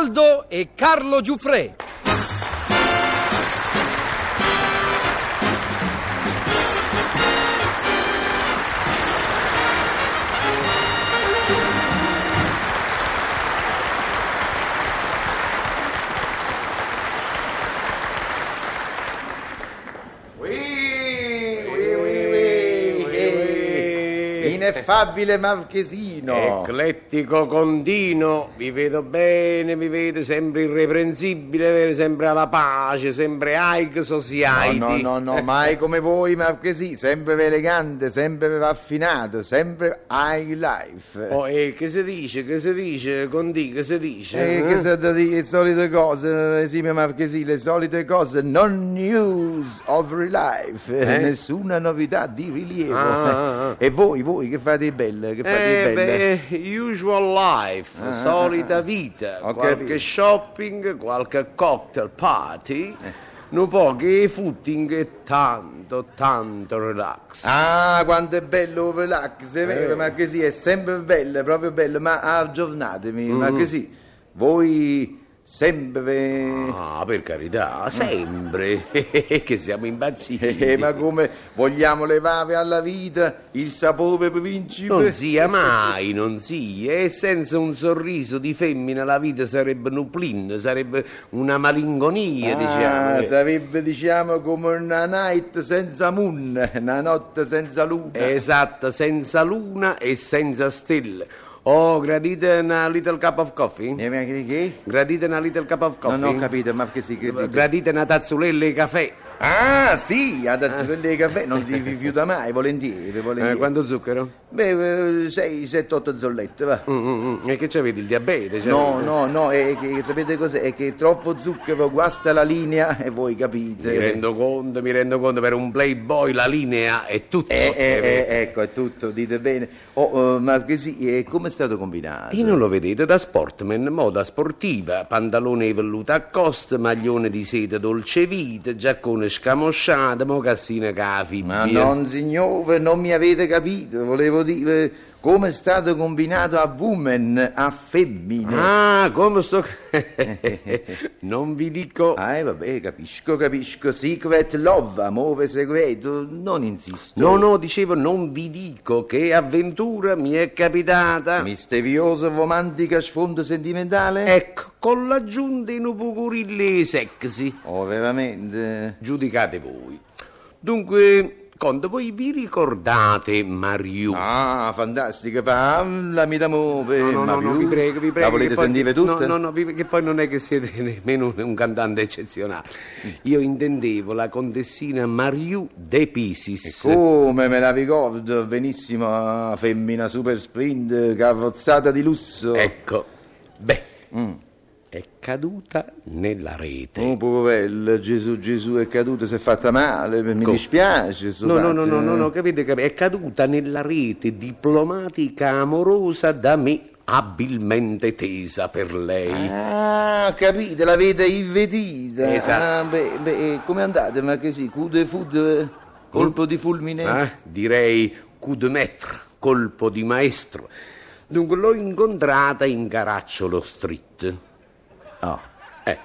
Rinaldo e Carlo Giuffre. Ui, ui, ui, ui, ui. Ineffabile Marchesino. Eclettico Condino, vi vedo bene, vi vedo sempre irreprensibile, sempre alla pace, sempre Ike No, Society. Ah, no, no, no, mai come voi Marchesì, sempre elegante, sempre raffinato, sempre high life. Oh, eh, che si dice, che si dice, Condì, che si dice? Eh, eh? che sono da dire, le solite cose, eh, esime Marchesì, le solite cose, non news of real life, Eh? nessuna novità di rilievo. Ah, ah, ah. E voi, voi che fate di belle? Che fate di Eh, belle? beh, usual life, solita vita, Ah, Ho qualche capito. shopping, qualche cocktail party, Eh. non pochi footing e tanto, tanto relax. Ah, quanto è bello relax, è vero, Eh. ma così è sempre bello, è proprio bello, ma aggiornatemi, ma Mm. così voi sempre... Ah, per carità, sempre che siamo impazziti. Eh, ma come vogliamo levare alla vita il sapore principe? Non sia mai, non sia, e senza un sorriso di femmina la vita sarebbe nuplin, sarebbe una malinconia, Ah, diciamo. sarebbe diciamo come una night senza moon, una notte senza luna. Eh. Esatta, senza luna e senza stelle. Oh, gradite una little cup of coffee? Eh, ma che- che? Gradite una little cup of coffee? Non ho capito, ma che si crede? Gradite una tazzulella di caffè? Ah, sì, ad azzurelle di caffè non si rifiuta mai, volentieri, Eh, volentieri. quanto zucchero? Beh, eh, 6, 7, 8 zollette, va. Mm, mm, mm. E che c'avete, il diabete? Cioè- No, no, no, è che, sapete cos'è? È che troppo zucchero guasta la linea e voi Mi capite. rendo conto, mi rendo conto, per un playboy la linea è tutto. Eh, eh, è vero. eh, ecco, è tutto, dite bene. Oh, eh, ma che sì, eh, come è stato combinato? Io non lo vedete da sportman, moda sportiva, pantalone di velluto a costa, maglione di seta dolce vita, giaccone scamosciato, mocassina cafi. Ma non, signore, non mi avete capito, volevo dire come è stato combinato a woman, a femmine. Ah, come sto... non vi dico... Ah, eh, vabbè, capisco, capisco. Secret love, amore segreto, non insisto. No, no, dicevo, non vi dico che avventura mi è capitata. Misterioso, romantica, sfondo sentimentale? Ecco, con l'aggiunta in un pucurille sexy. Oh, veramente? Giudicate voi. Dunque, quando voi vi ricordate Mario? Ah, fantastica, parlami d'amore. No, no, ma no, no, vi più? prego, vi prego. La volete che poi- sentire tutta? No, no, no, vi- che poi non è che siete nemmeno un, un cantante eccezionale. Io intendevo la contessina Mariu De Pisis. Come me la ricordo, benissimo, ah, femmina super sprint, carrozzata di lusso. Ecco, beh, è caduta nella rete. Oh, poverella, Gesù, Gesù è caduto, si è fatta male, mi Co- dispiace. sto No, no, fatto, no, no, no, eh. no, capite, capite, è caduta nella rete diplomatica amorosa da me abilmente tesa per lei. Ah, capite, l'avete invetita. Esatto. Ah, beh, beh, eh, come andate? Ma che sì, cude food, eh, colpo di fulmine? Eh, direi coup de maître, colpo di maestro. Dunque l'ho incontrata in Caracciolo Street. No. Eh,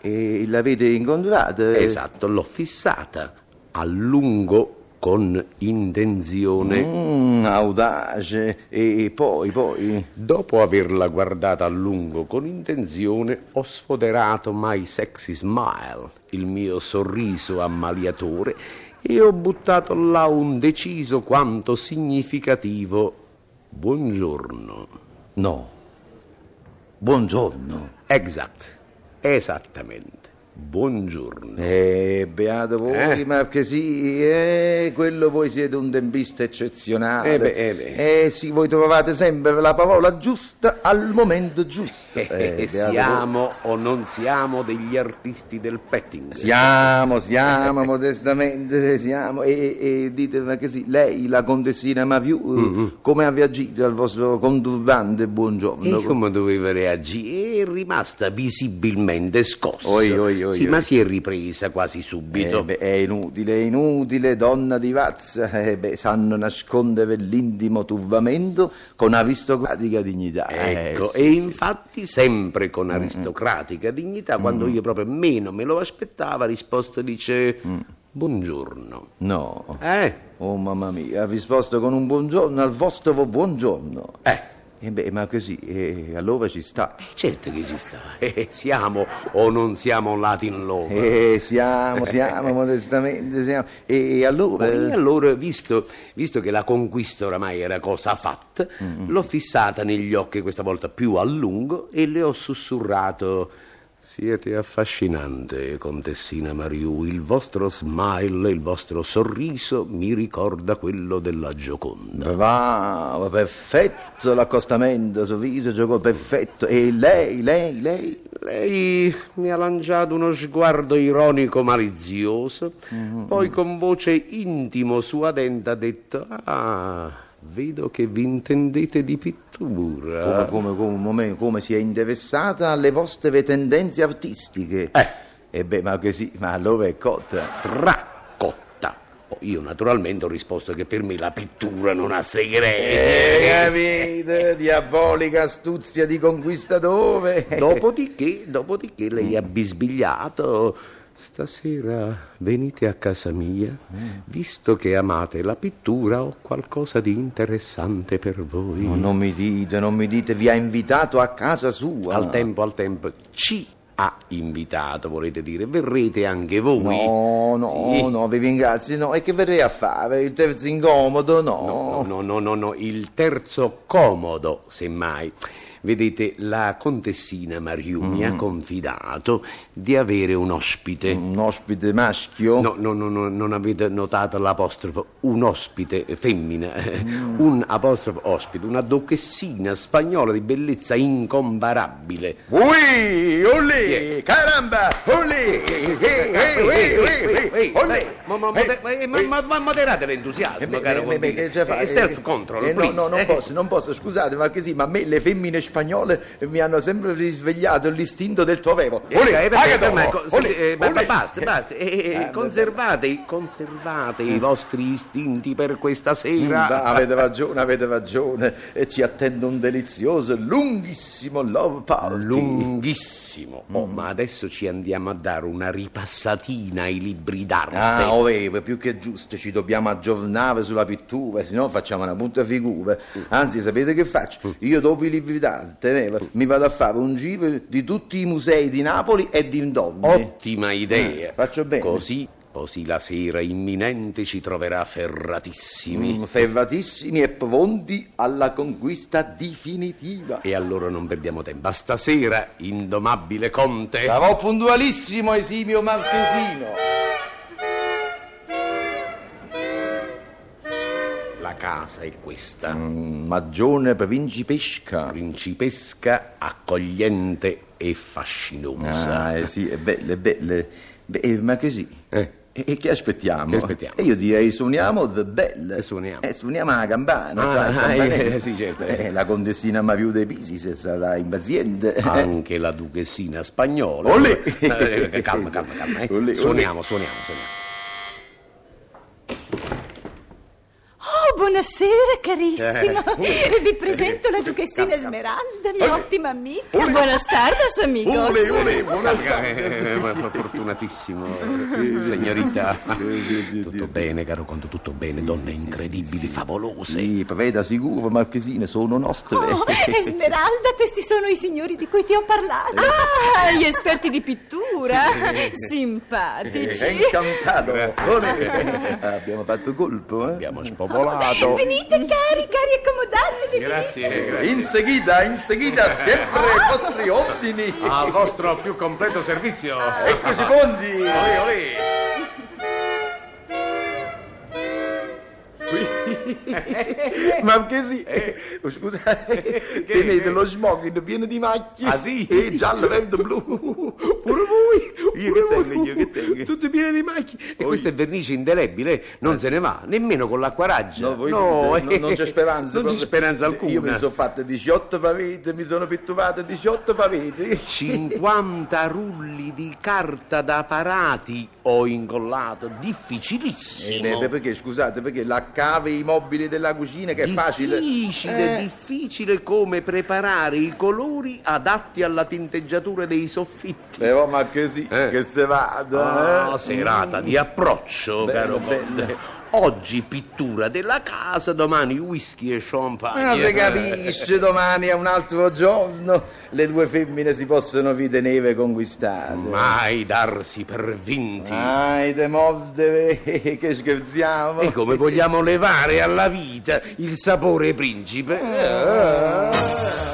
E l'avete incontrata? esatto, l'ho fissata a lungo con intenzione. Mm, audace. E e poi, poi. Dopo averla guardata a lungo con intenzione, ho sfoderato My Sexy Smile, il mio sorriso ammaliatore, e ho buttato là un deciso quanto significativo buongiorno. No. Buongiorno. Exact, esattamente. Buongiorno. Eh, beato voi, Eh. ma che sì, eh, quello voi siete un dembista eccezionale. Eh beh, eh beh. Eh sì, voi trovate sempre la parola giusta al momento giusto. Eh, Eh, beato voi. siamo o non siamo degli artisti del petting? Siamo, siamo, modestamente siamo. E, e dite, ma che sì, lei, la contessina Maviu, Mm-hmm. come ha reagito al vostro conturbante Eh, buongiorno? E come doveva reagire? È rimasta visibilmente scossa. Oi, oi, oi, io. Sì, io. ma si è ripresa quasi subito. Eh, beh, è inutile, è inutile, donna di vazza, eh, beh, sanno nascondere l'intimo turbamento con aristocratica dignità. Eh, Ecco, sì, e sì. Mm, infatti sempre con aristocratica dignità, quando io proprio meno me lo aspettava, risposta dice Mm. buongiorno. No, Eh? oh mamma mia, ha risposto con un buongiorno al vostro buongiorno. Eh, E beh, ma così, eh, allora ci sta. certo che ci sta. Eh, siamo o non siamo Latin Lover. Eh, siamo, siamo, modestamente siamo. E, e allora... E allora, visto, visto che la conquista oramai era cosa fatta, l'ho fissata negli occhi questa volta più a lungo e le ho sussurrato. Siete affascinante, contessina Mariù. Il vostro smile, il vostro sorriso mi ricorda quello della Gioconda. Bravo, perfetto l'accostamento, sorriso, gioco perfetto. E lei, lei, lei? Lei mi ha lanciato uno sguardo ironico malizioso, poi con voce intimo suadente ha detto: Ah, vedo che vi intendete di pittura. Come, come- come- un momento, come si è interessata alle vostre tendenze artistiche. Eh. E beh, ma che sì, ma allora è cotta. Tracotta. Poi Io naturalmente ho risposto che per me la pittura non ha segreti. Eh, capite? Diabolica astuzia di conquistatore. Dopodiché, dopodiché lei ha bisbigliato. Stasera venite a casa mia. Mm. Visto che amate la pittura, ho qualcosa di interessante per voi. No, non mi dite, non mi dite, vi ha invitato a casa sua. Al tempo, al tempo, ci ha invitato, volete dire, verrete anche voi. No, no, Sì. no, vi ringrazio, no. E che verrei a fare? Il terzo incomodo, no. No, no, no, no, no, il terzo comodo, semmai. Vedete, la contessina Mariù mi ha confidato di avere un ospite. Un ospite maschio? No, no, no, no, non avete notato l'apostrofo, un ospite eh, femmina, un apostrofo ospite, una duchessina spagnola di bellezza incomparabile. Ui, olè, caramba, olè, eh, eh, eh, eh, eh, eh, olè. Eh, Ma moderate eh, l'entusiasmo, beh, caro beh, beh, che Bombini. ce fa? È Eh, self-control, eh, please. No, no, non Eh. posso, non posso, scusate, ma che sì, ma a me le femmine spagnole mi hanno sempre risvegliato l'istinto del trovero. Eh, eh, Olè, perché, pagatelo, ma, co- olè, eh, ma- ma olè. basta, basta. eh, eh, Eh, conservate, conservate i vostri istinti per questa Mm, va, sera. avete ragione, avete ragione. E ci attende un delizioso, lunghissimo love party. Lunghissimo. Oh, ma adesso ci andiamo a dare una ripassatina ai libri d'arte. Ah, oveve, più che giusto, ci dobbiamo aggiornare sulla pittura, se no facciamo una punta figura. Anzi, sapete che Mm. faccio? Io dopo i libri d'arte eh, mi vado a fare un giro di tutti i musei di Napoli e dintorni. Ottima idea. Eh, faccio bene. Così, così la sera imminente ci troverà ferratissimi. Mm, Fervatissimi e pronti alla conquista definitiva. E allora non perdiamo tempo. A stasera, indomabile conte. Sarò puntualissimo, esimio marchesino. La casa è questa. Mm, Magione principesca. principesca, accogliente e fascinosa. Ah, eh sì, è belle, belle. Beh, eh, ma che sì. Eh. E, e che aspettiamo? Che aspettiamo? E io direi suoniamo The Bell. E suoniamo. Eh, suoniamo la campana. Ah, sai, il ah, campanello. eh, sì, certo. Eh, la contessina Maviu De Pisi se sarà impaziente. Anche la duchessina spagnola. Olè! Eh, calma, calma, calma. eh. Olè, olè. Suoniamo, suoniamo, suoniamo. Oh, buonasera carissimo. Eh. Vi presento la duchessina Calma, calma. Esmeralda, mia ottima amica. Buonas tardes, amigos. Olè, olè, Calma, eh, ma fortunatissimo, eh, signorita. Tutto bene, caro Conto, tutto bene. Donne incredibili, favolose. Sì, preda sicuro, marchesine, sono nostre. Oh, Esmeralda, questi sono i signori di cui ti ho parlato. Ah, gli esperti di pittura. Simpatici. Eh, È incantato. Olè. Abbiamo fatto colpo, eh? Abbiamo spopolato. Venite, cari, cari, accomodatevi. Grazie, In seguita, in seguita, sempre ai vostri ordini. Al vostro più completo servizio. Ecco i secondi. Olè, olè. Ma che sì, scusate, tenete lo smoking pieno di macchie. Ah, sì? Eh, giallo, verde, blu. Pure voi. Io pure che tengo, voi. io che tengo. Tutte piene di macchie. E questo è vernice indelebile, eh, non se ne va, nemmeno con l'acquaraggia. Eh, No, voi No, eh, dite, no, non c'è speranza. Non c'è proprio. speranza alcuna. Io mi sono fatte 18 pavete, mi sono pitturato 18 pavete. 50 rulli di carta da parati ho incollato, difficilissimo. Eh, beh, beh, perché scusate, perché la cave i mobili della cucina che è facile. Difficile, Eh, difficile come preparare i colori adatti alla tinteggiatura dei soffitti. Però ma che sì, Eh. che se vada. Ah, eh. serata di approccio, Bello, caro bello. Conte. Oggi pittura della casa, domani whisky e champagne. Non si eh. capisce, domani è un altro giorno. Le due femmine si possono ritenere conquistate. Mai darsi per vinti. Ah, i demordere, che scherziamo. E Eh, come vogliamo levare alla vita il sapore principe? Ah.